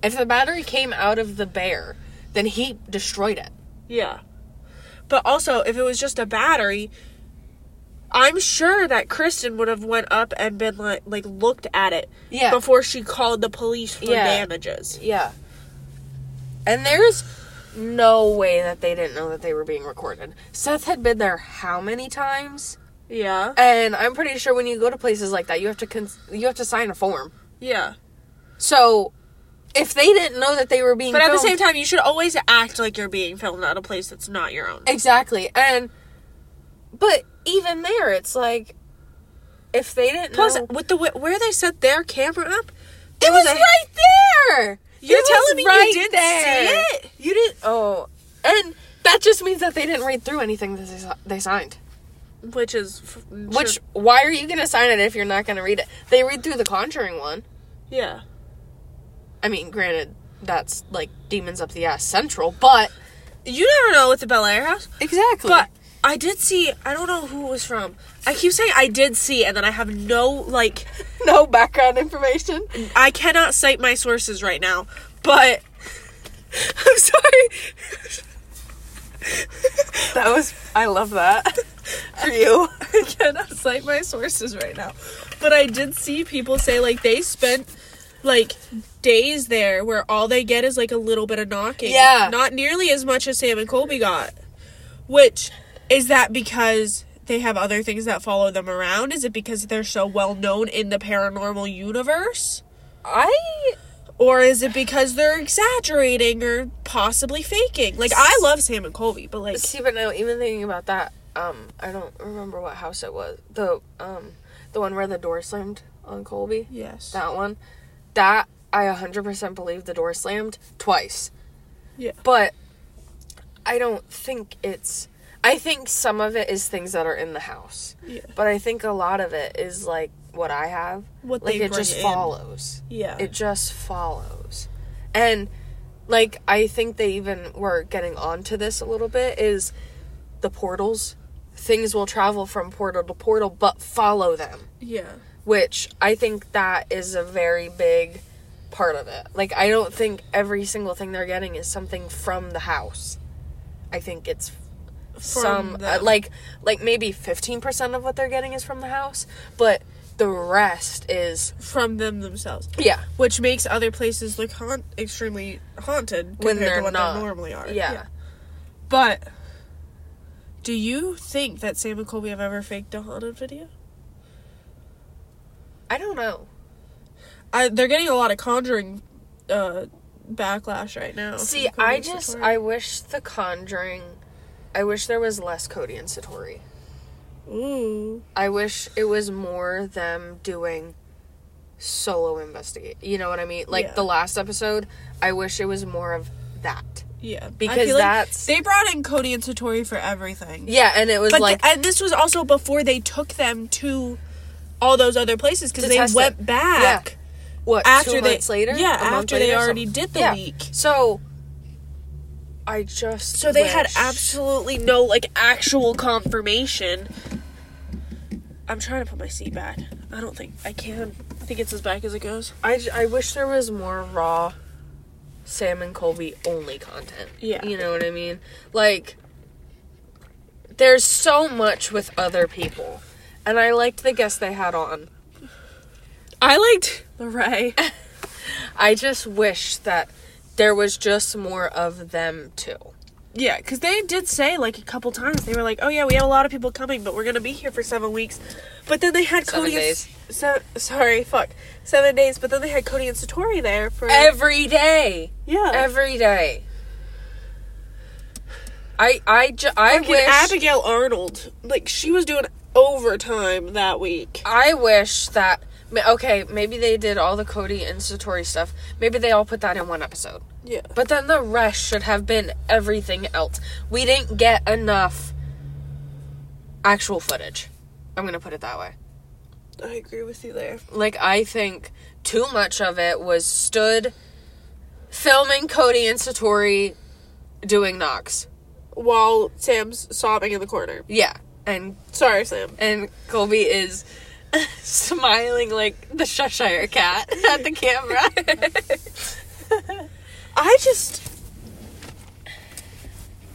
S2: If the battery came out of the bear, then he destroyed it.
S1: Yeah, but also if it was just a battery. I'm sure that Kristen would have went up and been like, like looked at it
S2: Yeah.
S1: before she called the police for
S2: Yeah.
S1: damages.
S2: Yeah. And there's no way that they didn't know that they were being recorded. Seth had been there how many times?
S1: Yeah.
S2: And I'm pretty sure when you go to places like that, you have to cons- you have to sign a form.
S1: Yeah.
S2: So if they didn't know that they were being
S1: But at the
S2: filmed-
S1: same time, you should always act like you're being filmed at a place that's not your own.
S2: exactly, and but even there, it's like if they didn't
S1: Plus,
S2: know,
S1: with the wi- where they set their camera up, there
S2: it was
S1: a-
S2: right there.
S1: You're
S2: It was
S1: telling me
S2: right
S1: you didn't see it?
S2: You didn't. Oh, and that just means that they didn't read through anything that they, si- they signed.
S1: Which is f- sure-
S2: Which why are you gonna sign it if you're not gonna read it? They read through the Conjuring one.
S1: yeah,
S2: I mean, granted, that's like demons up the ass central, but
S1: you never know with the Bel Air house.
S2: exactly.
S1: But I did see. I don't know who it was from. I keep saying I did see, and then I have no like.
S2: no background information.
S1: I cannot cite my sources right now, but I'm sorry.
S2: That was I love that for you.
S1: I cannot cite my sources right now. But I did see people say like they spent like days there where all they get is like a little bit of knocking.
S2: Yeah.
S1: Not nearly as much as Sam and Colby got. Which is that because they have other things that follow them around? Is it because they're so well known in the paranormal universe?
S2: I
S1: Or is it because they're exaggerating or possibly faking? Like I love Sam and Colby, but like
S2: see, but no, even thinking about that, um, I don't remember what house it was. The um, the one where the door slammed on Colby.
S1: yes,
S2: That one. That I 100% believe the door slammed twice.
S1: Yeah.
S2: But I don't think it's I think some of it is things that are in the house.
S1: Yeah.
S2: But I think a lot of it is like what I have.
S1: What
S2: like
S1: they
S2: it just
S1: bring in.
S2: follows.
S1: yeah,
S2: It just follows. And like I think they even were getting onto this a little bit is the portals. Things will travel from portal to portal but follow them
S1: yeah,
S2: which I think that is a very big part of it. Like I don't think every single thing they're getting is something from the house. I think it's some uh,
S1: them.
S2: like like maybe 15% of what they're getting is from the house, but the rest is
S1: from them themselves,
S2: yeah.
S1: which makes other places look haunt extremely haunted compared
S2: When they're
S1: to what
S2: not.
S1: they normally are.
S2: Yeah.
S1: but do you think that Sam and Colby have ever faked a haunted video?
S2: I don't know.
S1: I, they're getting a lot of conjuring uh, backlash right now. from
S2: See,
S1: Cody
S2: I
S1: and
S2: just
S1: Satori.
S2: I wish the conjuring I wish there was less Cody and Satori.
S1: ooh
S2: I wish it was more them doing solo investigate. You know what I mean? Like
S1: Yeah.
S2: the last episode, I wish it was more of that.
S1: yeah I
S2: Because
S1: feel like
S2: that's-
S1: they brought in Cody and Satori for everything.
S2: Yeah, and it was
S1: But
S2: like
S1: th- and this was also before they took them to all those other places because
S2: To
S1: they
S2: test it.
S1: went back
S2: what
S1: after
S2: two
S1: they
S2: months later.
S1: Yeah,
S2: A month
S1: after
S2: later
S1: they
S2: or
S1: already
S2: something?
S1: did the
S2: Yeah.
S1: leak.
S2: So I just
S1: So they had
S2: wish-
S1: absolutely no like actual confirmation. I'm trying to put my seat back. I don't think I can. I think it's as back as it goes.
S2: I j- I wish there was more raw Sam and Colby only content.
S1: Yeah.
S2: You know what I mean? Like there's so much with other people. And I liked the guest they had on.
S1: I liked Lorray.
S2: I just wish that there was just more of them too.
S1: Yeah, because they did say like a couple times they were like, "Oh yeah, we have a lot of people coming, but we're gonna be here for seven weeks." But then they had
S2: Seven
S1: Cody. and-
S2: days.
S1: so sorry, fuck, seven days. But then they had Cody and Satori there for
S2: Every day,
S1: yeah.
S2: every day. I I ju- I
S1: Fucking
S2: wish
S1: Abigail Arnold, like she was doing overtime that week.
S2: I wish that ma- okay maybe they did all the Cody and Satori stuff. Maybe they all put that in one episode.
S1: Yeah,
S2: But then the rest should have been everything else. We didn't get enough actual footage. I'm gonna put it that way.
S1: I agree with you there.
S2: like I think too much of it was stood filming Cody and Satori doing knocks.
S1: While Sam's sobbing in the corner.
S2: Yeah. And
S1: Sorry, Sam.
S2: and Colby is smiling like the Cheshire cat at the camera.
S1: I just.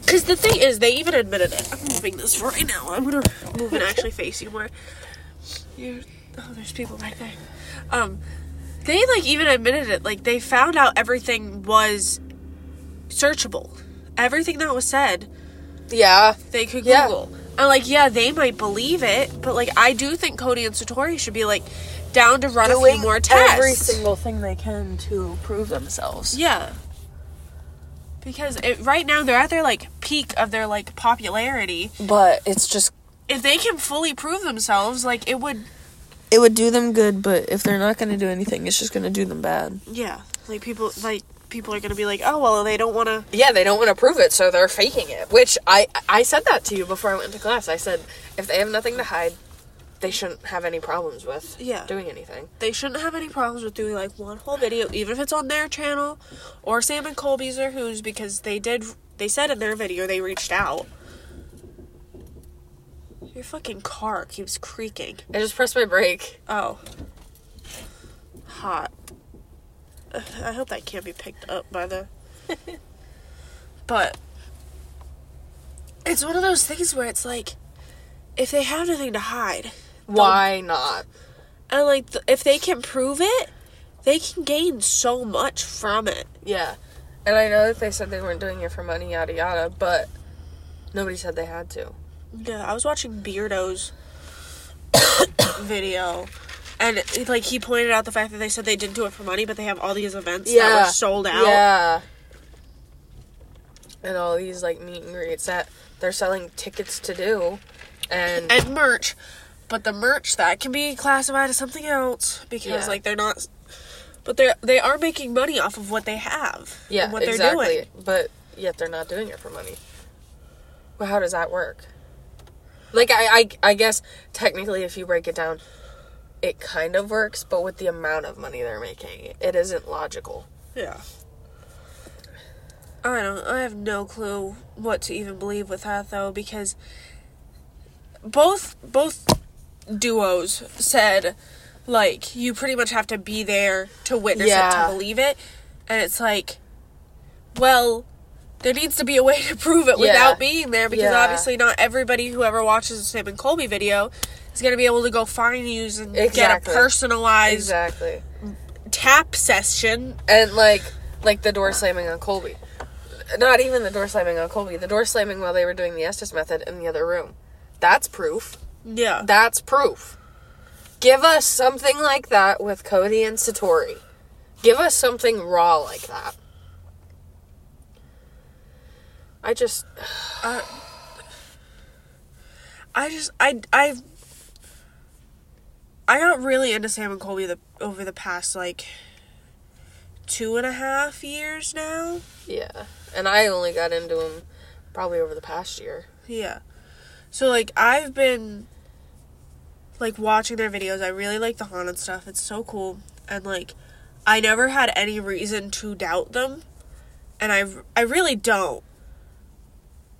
S1: Because the thing is, they even admitted it. I'm moving this for right now. I'm gonna move and actually face you more. You, oh, there's people back there. Um, they like even admitted it. Like they found out everything was searchable. Everything that was said,
S2: yeah.
S1: they could
S2: Yeah.
S1: Google. I'm like, yeah, they might believe it, but like, I do think Cody and Satori should be like down to run a few more tests.
S2: thing they can to prove themselves.
S1: Yeah. Because it, right now they're at their like peak of their like popularity.
S2: But it's just
S1: If they can fully prove themselves, like it would,
S2: it would do them good, but if they're not gonna do anything, it's just gonna do them bad.
S1: yeah, like people like people are gonna be like, oh well, they don't want to.
S2: yeah, they don't want to prove it, so they're faking it. Which I I said that to you before I went to class. I said if they have nothing to hide, they shouldn't have any problems with
S1: Yeah.
S2: doing anything.
S1: They shouldn't have any problems with doing like one whole video, even if it's on their channel, or Sam and Colby's or whose, because they did. They said in their video they reached out. Your fucking car keeps creaking.
S2: I just pressed my brake.
S1: Oh. Hot. Ugh, I hope that can't be picked up by the. but. It's one of those things where it's like, if they have nothing to hide,
S2: Why not?
S1: and like, th- if they can prove it, they can gain so much from it.
S2: Yeah, and I know that they said they weren't doing it for money, yada yada, but nobody said they had to.
S1: Yeah, I was watching Beardo's video, And like he pointed out the fact that they said they didn't do it for money, but they have all these events that
S2: Yeah.
S1: were sold out.
S2: Yeah. And all these like meet and greets that they're selling tickets to do, and,
S1: and merch, but the merch that can be classified as something else because
S2: Yeah.
S1: like they're not, but they're they are making money off of what they have. and
S2: yeah,
S1: what
S2: exactly.
S1: they're doing.
S2: But yet they're not doing it for money. Well, how does that work? Like I, I, I guess technically, if you break it down, it kind of works, but with the amount of money they're making, it isn't logical.
S1: Yeah. I don't. I have no clue what to even believe with that though, because both both duos said like you pretty much have to be there to witness it
S2: Yeah.
S1: to believe it, and it's like, well, there needs to be a way to prove it without being there because
S2: Yeah.
S1: obviously not everybody who ever watches the Sam and Colby video is gonna be able to go find you and get a
S2: Exactly.
S1: personalized
S2: Exactly.
S1: tap session.
S2: and like like the door slamming on Colby. Not even the door slamming on Colby. The door slamming while they were doing the Estes method in the other room. That's proof.
S1: Yeah.
S2: That's proof. Give us something like that with Cody and Satori. Give us something raw like that. I just
S1: I just I I I got really into Sam and Colby the over the past like two and a half years now.
S2: yeah. And I only got into him probably over the past year.
S1: Yeah. So like I've been like watching their videos. I really like the haunted stuff. It's so cool. And like I never had any reason to doubt them. And I I really don't.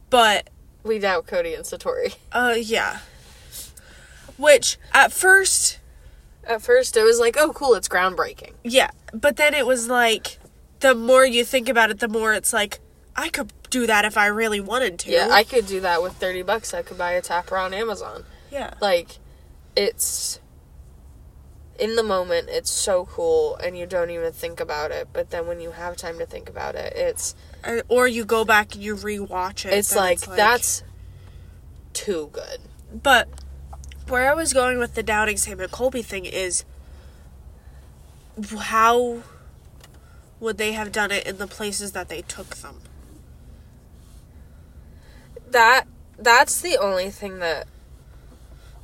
S1: But
S2: We doubt Cody and Satori.
S1: uh yeah. Which at first
S2: At first it was like, oh cool, it's groundbreaking.
S1: Yeah, but then it was like, the more you think about it, the more it's like, I could do that if I really wanted to.
S2: Yeah, I could do that with thirty bucks. I could buy a tapper on Amazon.
S1: yeah,
S2: like it's in the moment it's so cool and you don't even think about it but then when you have time to think about it it's
S1: And- or you go back and you rewatch it.
S2: it's
S1: then
S2: like, that's too good
S1: But where I was going with the doubting Sam and Colby thing is, how would they have done it in the places that they took them?
S2: that that's the only thing that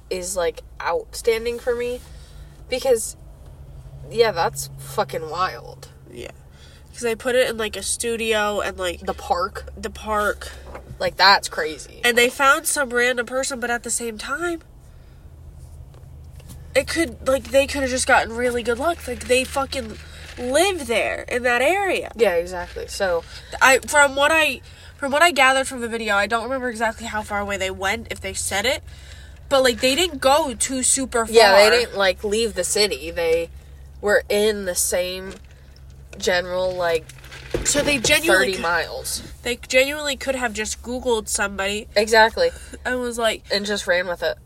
S2: is like outstanding for me because yeah that's fucking wild
S1: Yeah, because they put it in like a studio and like
S2: the park
S1: the park,
S2: like that's crazy
S1: and they found some random person, but at the same time, it could like they could have just gotten really good luck. Like they fucking live there in that area.
S2: yeah exactly so
S1: I from what I from what I gathered from the video, I don't remember exactly how far away they went if they said it, but like they didn't go too super far.
S2: Yeah, they didn't like leave the city. They were in the same general like
S1: So they genuinely
S2: thirty
S1: could,
S2: miles.
S1: they genuinely could have just Googled somebody
S2: Exactly.
S1: and was like
S2: And just ran with it.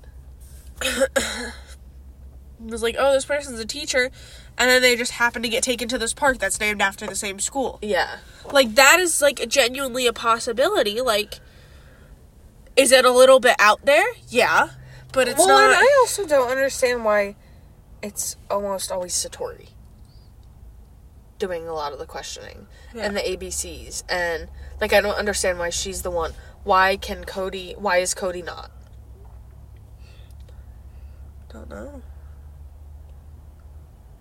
S1: was like, oh, this person's a teacher, and then they just happened to get taken to this park that's named after the same school.
S2: Yeah.
S1: like that is like genuinely a possibility like is it a little bit out there yeah but it's
S2: well
S1: not
S2: and I also don't understand why it's almost always Satori doing a lot of the questioning.
S1: Yeah.
S2: And the ABCs and like I don't understand why she's the one. Why can Cody why is Cody not?
S1: don't know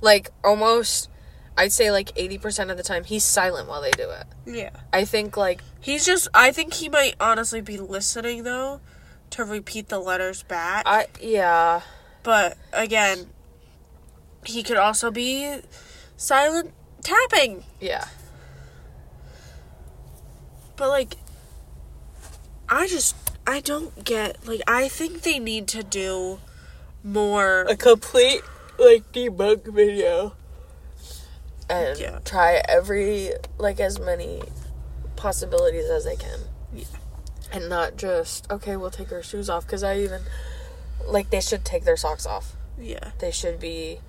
S2: Like almost I'd say like eighty percent of the time he's silent while they do it.
S1: yeah
S2: I think like
S1: he's just i think he might honestly be listening though to repeat the letters back
S2: I yeah.
S1: but again he could also be silent tapping
S2: Yeah.
S1: but like i just i don't get like i think they need to do more
S2: a complete like debunk video and
S1: Yeah.
S2: try every like as many possibilities as I can.
S1: Yeah.
S2: And not just okay, we'll take our shoes off cuz I even like they should take their socks off.
S1: yeah
S2: They should be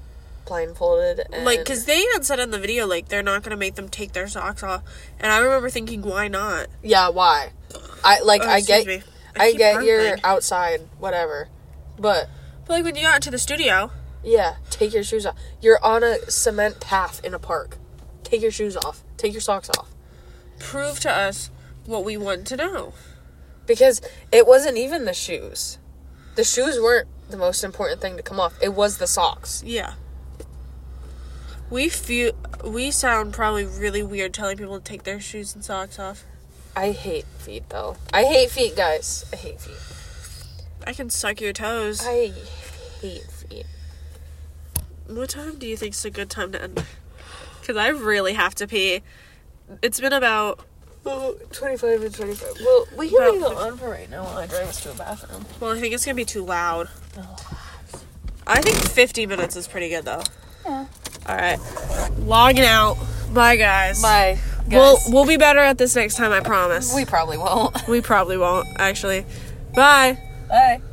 S2: blindfolded and
S1: Like, because they even said in the video, like, they're not going to make them take their socks off. And I remember thinking, why not?
S2: yeah, why? I like
S1: Oh,
S2: I
S1: excuse
S2: get
S1: me. I
S2: I,
S1: keep
S2: get you're
S1: burping.
S2: outside, whatever. But
S1: But, like, when you got into the studio,
S2: Yeah, take your shoes off. You're on a cement path in a park. Take your shoes off. Take your socks off.
S1: Prove to us what we want to know.
S2: Because it wasn't even the shoes. The shoes weren't the most important thing to come off. It was the socks.
S1: Yeah. We feel we sound probably really weird telling people to take their shoes and socks off.
S2: I hate feet though. I hate feet, guys. I hate feet.
S1: I can suck your toes.
S2: I hate feet.
S1: What time do you think's a good time to end? Because I really have to pee. It's been about
S2: Well, 25 and 25. Well, we can
S1: About
S2: leave it on for right now while I drive us to a bathroom.
S1: well, I think it's gonna be too loud. I think 50 minutes is pretty good though.
S2: Yeah.
S1: All right, logging out. Bye guys.
S2: Bye.
S1: We'll
S2: guys.
S1: we'll be better at this next time. I promise.
S2: we probably won't.
S1: we probably won't actually. Bye.
S2: Bye.